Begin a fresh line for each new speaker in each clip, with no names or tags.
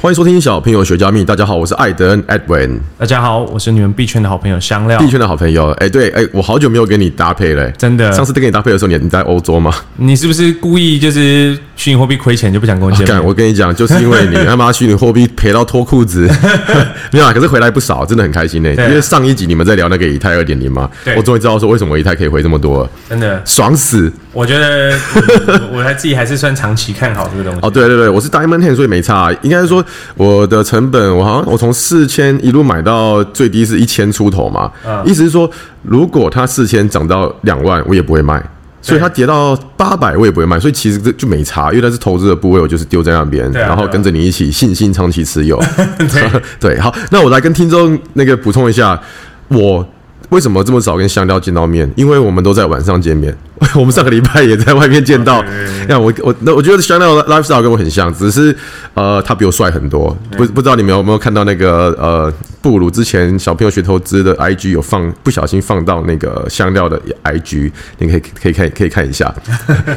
欢迎收听小朋友学加密。大家好，我是艾德恩 Edwin，
大家好，我是你们币圈的好朋友香料。
币圈的好朋友。哎、对，哎、我好久没有跟你搭配了、哎
真的
上次跟你搭配的时候，你你在欧洲吗？
你是不是故意就是虚拟货币亏钱就不想跟我见
啊干，
面？
我跟你讲，就是因为 你他妈虚拟货币赔到脱裤子， 没有啊？可是回来不少，真的很开心呢、
对啊
因为上一集你们在聊那个以太二点零嘛
对，
我终于知道说为什么以太可以回这么多了，
真的，
爽死！
我觉得嗯我还自己还是算长期看好这个东西。
哦，对对对，我是 Diamond Hand，所以没差。啊应该是说我的成本，我好像我从四千一路买到最低是一千出头嘛。意思是说，如果它四千涨到两万，我也不会卖。所以它跌到八百，我也不会卖，所以其实这就没差，因为它是投资的部位，我就是丢在那边，
对啊
然后
对啊
跟着你一起信心长期持 有。对，好，那我来跟听众那个补充一下，我为什么这么早跟香料见到面？因为我们都在晚上见面， 我们上个礼拜也在外面见到。那我我那我觉得香料的 lifestyle 跟我很像，只是呃他比我帅很多。不不知道你们有没有看到那个呃布鲁之前小朋友学投资的 IG 有放不小心放到那个香料的 IG，你可以可以看可以看一下，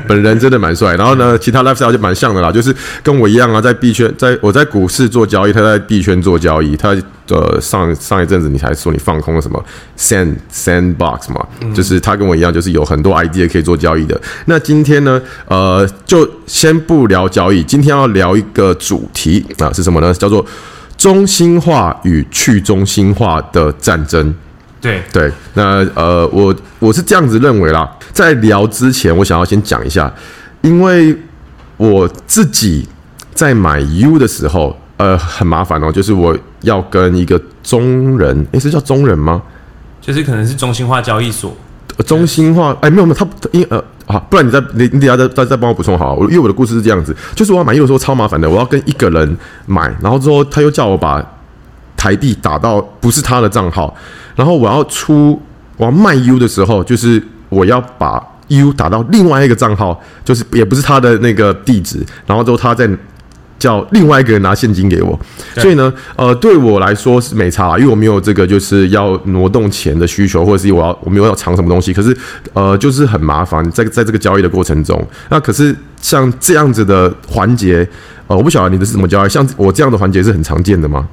本人真的蛮帅。然后呢，其他 lifestyle 就蛮像的啦，就是跟我一样啊，在币圈，在我在股市做交易，他在币圈做交易。他呃上上一阵子你还说你放空了什么 sand sandbox 嘛，就是他跟我一样，就是有很多 idea 可以做交易的。那今天呢，呃，就先不聊交易，今天要聊一个主题啊，是什么呢？叫做中心化与去中心化的战争。
对，
对，那呃，我我是这样子认为啦。在聊之前，我想要先讲一下，因为我自己在买 U 的时候，呃，很麻烦哦，就是我要跟一个中人，诶、是叫中人吗？
就是可能是中心化交易所。
呃中心化，哎、没有没有，他因呃啊，不然你再你你等一下再再再帮我补充好了，我因为我的故事是这样子，就是我要买 U 的时候超麻烦的，我要跟一个人买，然后之后他又叫我把台币打到不是他的账号，然后我要出我要卖 U 的时候，就是我要把 U 打到另外一个账号，就是也不是他的那个地址，然后之后他再叫另外一个人拿现金给我，所以呢，呃，对我来说是没差啦，因为我没有这个就是要挪动钱的需求，或者是我要我没有要藏什么东西，可是呃，就是很麻烦，在在这个交易的过程中，那可是像这样子的环节，呃，我不晓得你的是怎么交易，像我这样的环节是很常见的吗？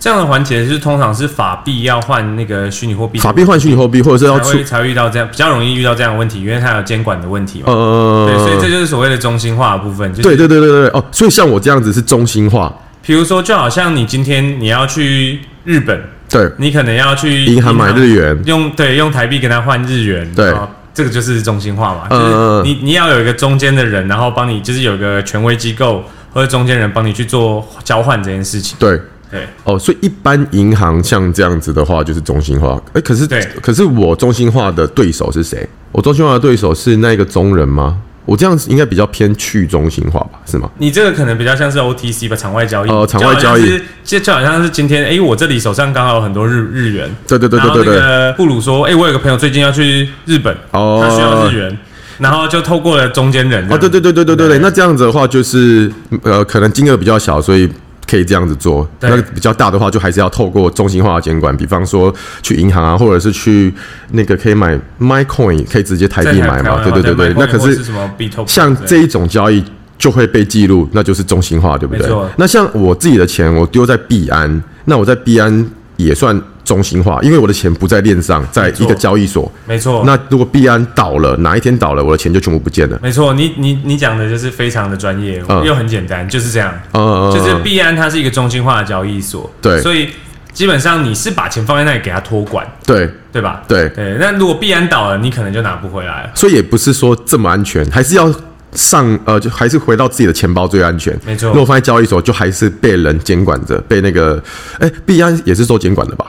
这样的环节就是通常是法币要换那个虚拟货币，
法币换虚拟货币，或者是要
才
出
会才会遇到这样比较容易遇到这样的问题，因为它有监管的问题嘛。
呃
对，，所以这就是所谓的中心化的部分。就是
对对对对对哦，所以像我这样子是中心化，
比如说，就好像你今天你要去日本，
对
你可能要去
银行买日元
用对用台币跟他换日元，
对
然后这个就是中心化嘛，
嗯
就是你你要有一个中间的人，然后帮你就是有一个权威机构或者中间人帮你去做交换这件事情，
对。
对，
哦，所以一般银行像这样子的话，就是中心化。哎、可是
对
可是我中心化的对手是谁？我中心化的对手是那个中人吗？我这样子应该比较偏去中心化吧，是吗？
你这个可能比较像是 OTC 吧，场外交易，
哦场外
就好像
交易
是，这就好像是今天，哎、我这里手上刚好有很多日日元，
对对对对对对
然后那个布鲁说，哎、我有个朋友最近要去日本，
哦
他需要日元，然后就透过了中间人，
哦，对对对对对对对，那这样子的话就是呃，可能金额比较小，所以。可以这样子做，
对
那比较大的话，就还是要透过中心化的监管，比方说去银行啊，或者是去那个可以买 MyCoin，可以直接台币买嘛，对对对对。那可
是
是
什么 b t o
像这一种交易就会被记录，那就是中心化，对不
没
对
错？
那像我自己的钱，我丢在币安，那我在币安也算中心化，因为我的钱不在链上，在一
没错
个交易所。
没错，
那如果币安倒了，哪一天倒了，我的钱就全部不见了。
没错，你你你讲的就是非常的专业，
嗯
又很简单，就是这样。
呃，
就是币安它是一个中心化的交易所，
对
所以基本上你是把钱放在那里给它托管，
对
对吧？
对，
对，那如果币安倒了，你可能就拿不回来了。
所以也不是说这么安全，还是要上呃，就还是回到自己的钱包最安全。
没错
如果放在交易所，就还是被人监管着，被那个哎，币安也是受监管的吧？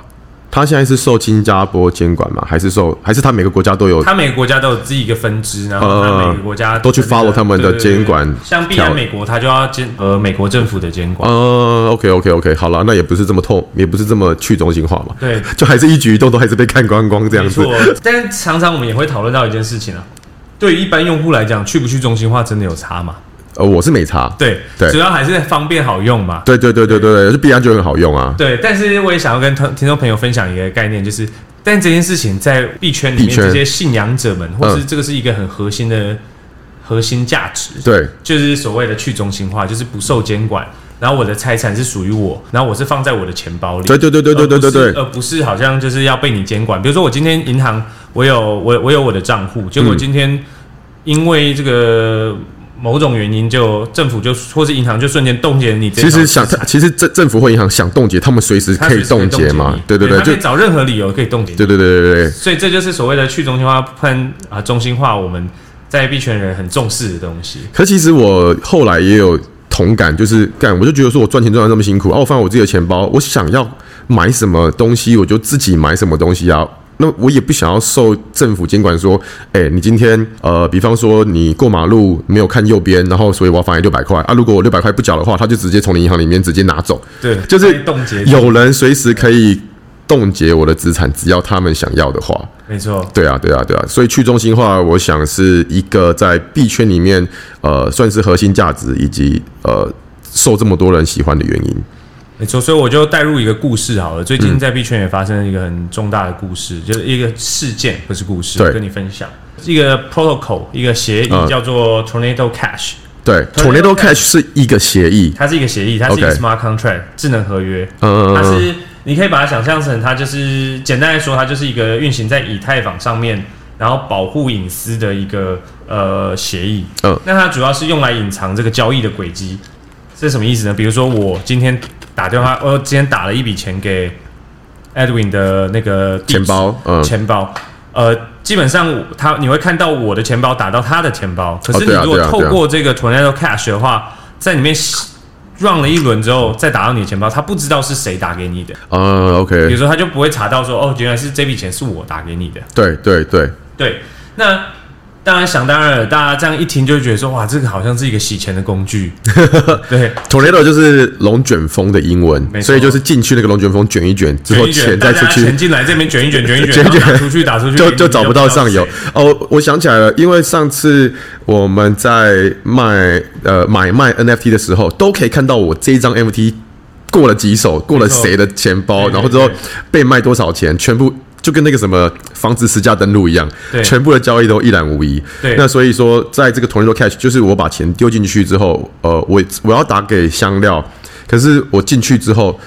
它现在是受新加坡监管吗？还是受还是它每个国家都有？
它每个国家都有自己一个分支，然后它每个国家
嗯都去
的那个
follow 他们的
对对对
监管
像必
条
然美国，它就要监呃美国政府的监管。
嗯，OK OK OK，好了，那也不是这么痛，也不是这么去中心化嘛。
对，
就还是一举一动都还是被看光嗯光这样
没
子
错。但是常常我们也会讨论到一件事情啊，对于一般用户来讲，去不去中心化真的有差吗？
呃，我是没查。
对，
对
主要还是方便好用嘛。
对对对对对对，就必然觉得很好用啊。
对，但是我也想要跟听听众朋友分享一个概念，就是，但这件事情在币圈里
币
面，
圈嗯
这些信仰者们，或是这个是一个很核心的核心价值，
对
就是所谓的去中心化，就是不受监管。然后我的财产是属于我，然后我是放在我的钱包里。
对对对对对对对对
而不是好像就是要被你监管。比如说我今天银行，我有我我有我的账户，结果今天因为这个某种原因就，政府就或是银行就瞬间冻结你
其
这条资产。
实想，其实政政府或银行想冻结，他们随时
他
可以
随时可以
冻结嘛
你。
对对对，
他
就
可以找任何理由可以冻结你。
对对对对对。
所以这就是所谓的去中心化、喷啊中心化，我们在币圈人很重视的东西。
可其实我后来也有同感，就是干，我就觉得说我赚钱赚的那么辛苦，啊，我放在我自己的钱包，我想要买什么东西，我就自己买什么东西啊。那我也不想要受政府监管，说，哎、你今天呃，比方说你过马路没有看右边，然后所以我要罚你六百块啊。如果我六百块不缴的话，他就直接从你银行里面直接拿走，
对，
就是
被冻结。
有人随时可以冻结我的资产，只要他们想要的话。
没错，
对啊，对啊，对啊，所以去中心化，我想是一个在币圈里面，呃，算是核心价值以及呃受这么多人喜欢的原因。
没错。所以我就带入一个故事好了。最
嗯
近在币圈也发生了一个很重大的故事，就是一个事件，不是故事，
对
跟你分享。一个 protocol，一个协议
嗯
叫做 Tornado Cash，
对
Tornado
，Tornado Cash 是一个协议，
它是一个协议，它是一个
OK
smart contract 智能合约。
嗯
它
嗯
是你可以把它想象成它就是简单来说，它就是一个运行在以太坊上面，然后保护隐私的一个呃协议。
嗯
那它主要是用来隐藏这个交易的轨迹，这是什么意思呢？比如说我今天打电话，我今天打了一笔钱给 Edwin 的那个地址
钱包嗯
钱包，呃。基本上我，他你会看到我的钱包打到他的钱包，可是你
对啊
如果
对啊
透
对啊
过这个 Tornado Cash 的话，在里面 run 了一轮之后，再打到你的钱包，他不知道是谁打给你的，
嗯
比
，OK，
如说他就不会查到说哦，原来是这笔钱是我打给你的。
对对对，
对，那当然想当然了，大家这样一听就会觉得说哇，这个好像是一个洗钱的工 具。对，
Tornado 就是龙卷风的英
没
文，
错
所以就是进去那个龙卷风卷一卷之后，
卷一卷，
钱
大
再出
家
去
钱，进来这边卷一卷，卷 一
卷
卷，
一卷
然后打出去打出去，
就
你
就找不到上游
谁。
哦。我想起来了，因为上次我们在卖呃买卖 NFT 的时候，都可以看到我这一张 NFT 过了几手，过了谁的钱包，
对对
然后之后
对
被卖多少钱，全部。就跟那个什么防止实价登录一样
对，
全部的交易都一览无遗。
对
那所以说，在这个 Tornado Cash，就是我把钱丢进去之后，呃，我我要打给香料，可是我进去之后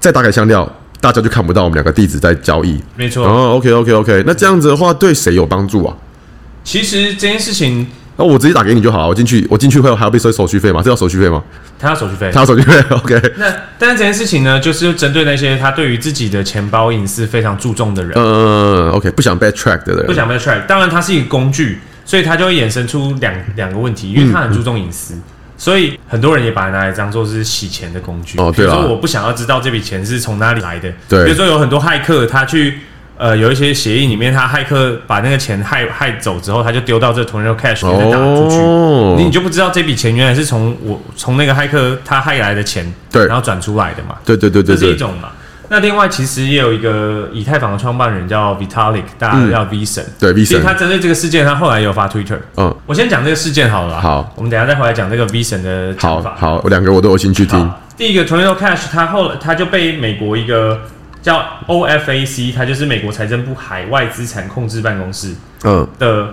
再打给香料，大家就看不到我们两个地址在交易。
没错，
哦，OK OK OK，那这样子的话对谁有帮助啊？
其实这件事情
那我直接打给你就好了，我进去我进去会还要被收手续费吗？这要手续费吗？
他要手续费，
他要手续费 ，OK，
那但是这件事情呢，就是针对那些他对于自己的钱包隐私非常注重的人，
嗯，OK，不想 backtrack 的人，
不想被 track。当然，它是一个工具，所以它就会衍生出两两个问题，因为它很注重隐
嗯
私，所以很多人也把它拿来当做是洗钱的工具。
哦对
比
啦
如说我不想要知道这笔钱是从哪里来的。
对
比如说有很多骇客，他去呃有一些协议里面，他骇客把那个钱害害走之后，他就丢到这 Tornado Cash 里面打出去。
哦
你你就不知道这笔钱原来是从我从那个骇客他害来的钱，
对
然后转出来的嘛。
对对对对
这是一
对，
种嘛。那另外，其实也有一个以太坊的创办人叫 Vitalik，大家叫 V 神、
对 V
其实
神
他针对这个事件，他后来也有发 Twitter。
嗯，
我先讲这个事件好了啊。
好
我们等一下再回来讲这个 V 神的
好
讲法。
好，我两个我都有兴趣听
好，第一个 Tornado Cash，它后来它就被美国一个叫 OFAC，它就是美国财政部海外资产控制办公室
嗯
的，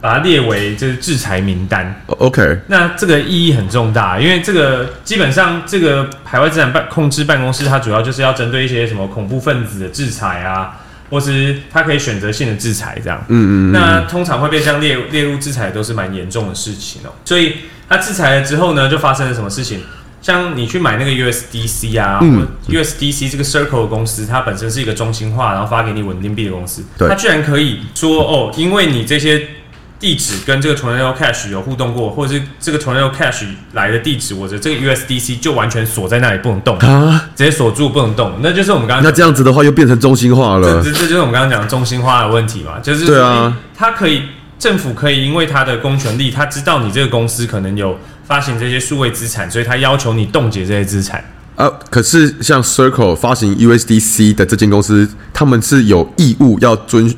把它列为就是制裁名单。
哦，OK，
那这个意义很重大，因为这个基本上这个海外资产办控制办公室，它主要就是要针对一些什么恐怖分子的制裁啊，或是它可以选择性的制裁这样。嗯嗯那通常会被这样列列入制裁，都是蛮严重的事情哦、所以它制裁了之后呢，就发生了什么事情？像你去买那个 USDC 啊、或 USDC 这个 Circle 的公司，它本身是一个中心化，然后发给你稳定币的公司，
对
它居然可以说哦，因为你这些地址跟这个 Tornado Cash 有互动过，或者是这个 Tornado Cash 来的地址，我的这个 USDC 就完全锁在那里不能动，
啊，
直接锁住不能动，那就是我们刚
那
刚
这样子的话又变成中心化
这
了
这，这就是我们刚刚讲的中心化的问题嘛，就是
呃对啊，
它可以政府可以因为它的公权力，它知道你这个公司可能有发行这些数位资产，所以它要求你冻结这些资产。
啊。可是像 Circle 发行 USDC 的这间公司，他们是有义务要遵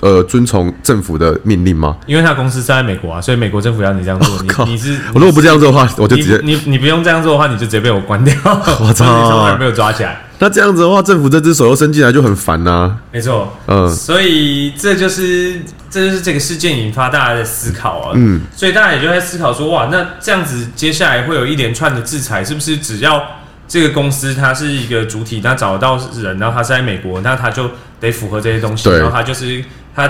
呃遵从政府的命令吗？
因为他公司是在美国啊，所以美国政府要你这 样做，
靠
你你是
我如果不这样做的话，我就
你
直接
你你不用这样做的话，你就直接被我 关掉，我
操
你从来被我抓起来，
那这样子的话，政府这只手又伸进来就很烦呐、
没错，
嗯
所以这就是这就是这个事件引发大家的思考啊，
嗯，
所以大家也就在思考说，哇，那这样子接下来会有一连串的制裁，是不是只要这个公司它是一个主体，它找得到人，然后它是在美国，那它就得符合这些东西，
对
然后它就是它。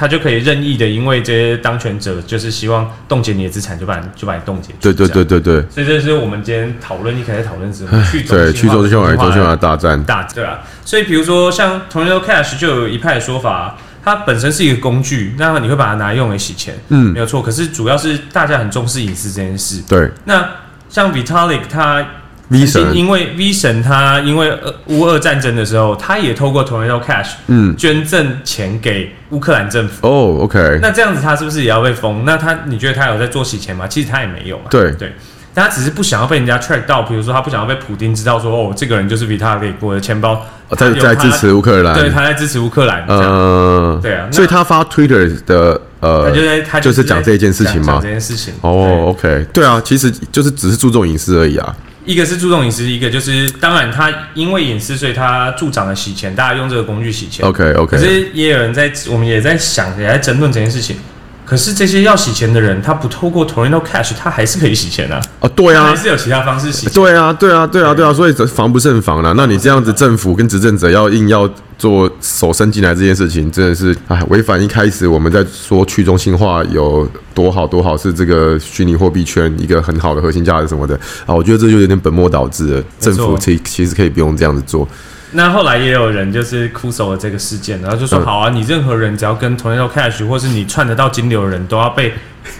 它就可以任意的，因为这些当权者就是希望冻结你的资产，就把你就把你冻结住。
对对
这样
对对对，
所以这是我们今天讨论一开始讨论什么去中心化
对，去中心化与中心化
化
的大战，
大对吧、所以比如说像 Tornado Cash 就有一派的说法，它本身是一个工具，那你会把它拿来用来洗钱，
嗯
没有错。可是主要是大家很重视隐私这件事。
对
那像 Vitalik 他
，V
曾经
神，
因为 V 神他因为呃乌俄战争的时候，他也透过 Tornado Cash
嗯，
捐赠钱给乌克兰政府。
哦，OK，
那这样子他是不是也要被封？那他你觉得他有在做洗钱吗？其实他也没有嘛。
对
对，但他只是不想要被人家 track 到，比如说他不想要被普丁知道说哦，这个人就是 Vitalik，我的钱包他
在
有
哦在
他
支持乌啊克兰，
对，他在支持乌克兰。这样
呃，
对啊那
所以他发 Twitter 的呃，
他就在他
就是
在
讲这件事情
讲
嘛
讲这，件事情。
哦，OK，对啊，其实就是只是注重隐私而已啊，
对，一个是注重隐私，一个就是当然他因为隐私，所以他助长了洗钱，大家用这个工具洗钱。
，OK
可
OK，
是也有人在，我们也在想，也在争论这件事情。可是这些要洗钱的人，他不透过 Tornado Cash，他还是可以洗钱啊。
哦，对
还
啊。
是有其他方式洗钱。
对啊，对啊，对啊，对啊，所以防不胜防啦、那你这样子，政府跟执政者要硬要做手伸进来这件事情，真的是哎，违反一开始我们在说去中心化有多好多好，是这个虚拟货币圈一个很好的核心价值什么的啊。我觉得这就有点本末倒置了。政府其其实可以不用这样子做。
那后来也有人就是哭手了这个事件，然后就说：“
嗯
好啊，你任何人只要跟 Tornado Cash 或是你串得到金流的人都要被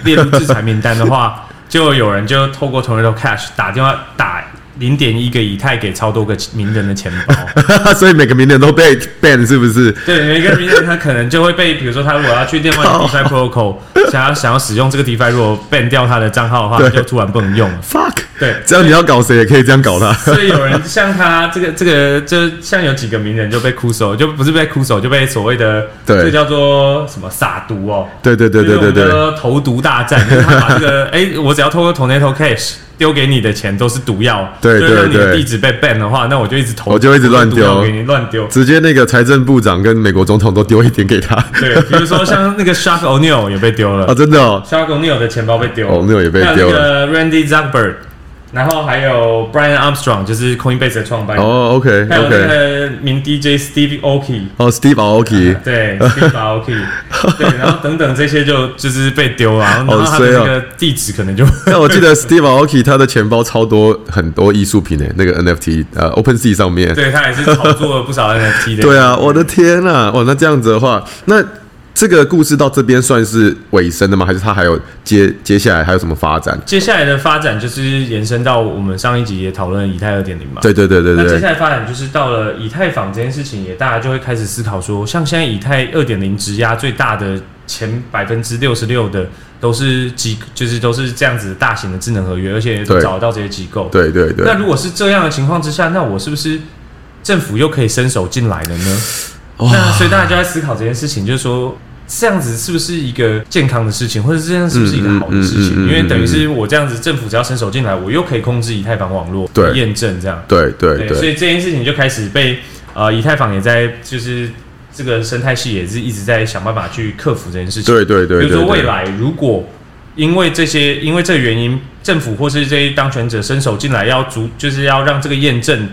列入制裁名单的话，就有人就透过 Tornado Cash 打电话打零点一个以太给超多个名人的钱包。
所以每个名人都被 ban 是不是？
对，有一个名人他可能就会被，比如说他如果要去另外一个 DeFi Protocol，想要想要使用这个 DeFi，如果 ban 掉他的账号的话，
对
他就突然不能用了。
fuck，
对，
只要你要搞谁也可以这样搞他。
所以有人像他这个这个，就像有几个名人就被哭手，就不是被哭手，就被所谓的
对
这叫做什么撒毒哦，
对对对对对
就是我
对
们叫投毒大战，就是他把这个 哎、我只要透过 Tornado Cash 丢给你的钱都是毒药，
对
就是让你的
对对
地址被 ban 的话，那我就一直投，
我就一直乱丢
毒药给你乱丢。
直接那个财政部长跟美国总统都丢一点给他
对，比如说像那个 Shark O'Neil 也被丢了
啊，真的哦，
，Shark O'Neil 的钱包被丢了
O'Neil 哦也被丢了
还有那个 Randy Zuckerberg，然后还有 Brian Armstrong，就是 Coinbase 的创办人。
哦，OK
还有那
OK，
个呃名 DJ Steve Aoki，
哦，Steve Aoki，
对，Steve Aoki，对，然后等等这些就就是被丢啊，然后然后他
衰
的
哦
那个地址可能就，
但我记得 Steve Aoki 他的钱包超多很多艺术品诶，那个 NFT 呃 OpenSea 上面。
对他也是炒作了不少 NFT 的，
对啊，我的天啊！哇，那这样子的话，那这个故事到这边算是尾声了吗？还是他还有接接下来还有什么发展？
接下来的发展就是延伸到我们上一集也讨论以太二点零嘛，
对对对对
那接
对
下，来发展就是到了以太坊这件事情，也大家就会开始思考说，像现在以太二点零质押最大的前百分之六十六的都是机，就是都是这样子大型的智能合约，而且都
对
找得到这些机构。
对对对
那。如果是这样的情况之下，那我是不是政府又可以伸手进来了呢？那所以大家就在思考这件事情，就是说这样子是不是一个健康的事情，或者这样是不是一个好的事
嗯
情？
嗯嗯嗯嗯
因为等于是我这样子，政府只要伸手进来，我又可以控制以太坊网络，
对
验证这样。
对对
对，所
对，
以这件事情就开始被呃以太坊也在就是这个生态系也是一直在想办法去克服这件事情。
对对对，
比如说
对
未，来如果因为这些因为这个原因，政府或是这些当权者伸手进来要足，就是要让这个验证，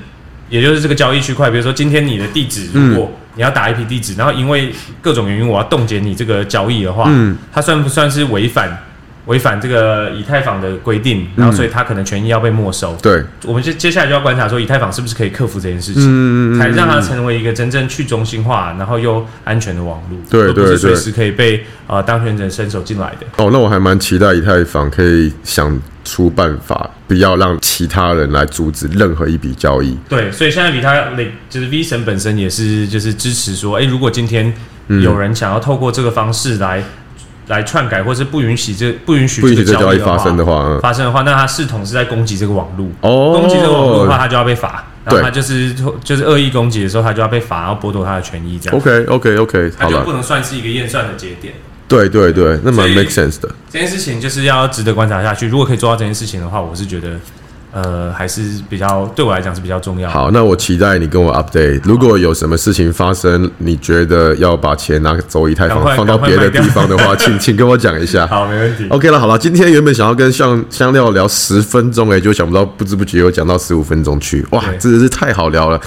也就是这个交易区块，比如说今天你的地址，如
嗯
果你要打一批地址，然后因为各种原因我要冻结你这个交易的话，
嗯
它算不算是违反违反这个以太坊的规定，然后
嗯
所以他可能权益要被没收。
对，
我们接接下来就要观察说以太坊是不是可以克服这件事
嗯
情，才让它成为一个真正去中心化，然后又安全的网络，
对
而不是
对
随
对
时可以被呃当权者伸手进来的。
哦，那我还蛮期待以太坊可以想出办法，不要让其他人来阻止任何一笔交易。
对，所以现在比他就是 V 神本身也是就是支持说，哎、如果今天
嗯
有人想要透过这个方式来、来篡改，或是不允许这不允许
不允许
这
这
个
交易
的话
发生的话嗯
发生的话，那他视同是在攻击这个网络。
哦
攻击这个网络的话，他就要被罚。然后
对
他就是就是恶意攻击的时候，他就要被罚，然后剥夺他的权益，这样。
OK OK OK，
他
好
就
了
不，能算是一个验算的节点。
对对对，那蛮
所以
make sense 的。
这件事情就是要值得观察下去。如果可以做到这件事情的话，我是觉得，呃，还是比较对我来讲是比较重要的。
好，那我期待你跟我 update。如果有什么事情发生，你觉得要把钱拿走以太
赶
坊
快
放到别的地
赶快
方的话，请请跟我讲一下。
好，没问题。
OK 了，好了，今天原本想要跟香香料聊十分钟，哎，就想不到不知不觉又讲到十五分钟去，哇，
对
真的是太好聊了。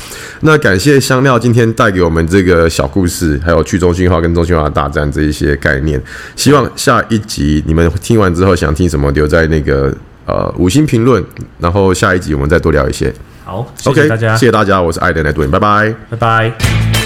那感谢香料今天带给我们这个小故事，还有去中心化跟中心化的大战这一些概念。希望下一集你们听完之后想听什么，留在那个呃五星评论，然后下一集我们再多聊一些。
好，谢
OK，
谢大家，
谢谢大家，我是艾伦来读，拜拜。
拜拜。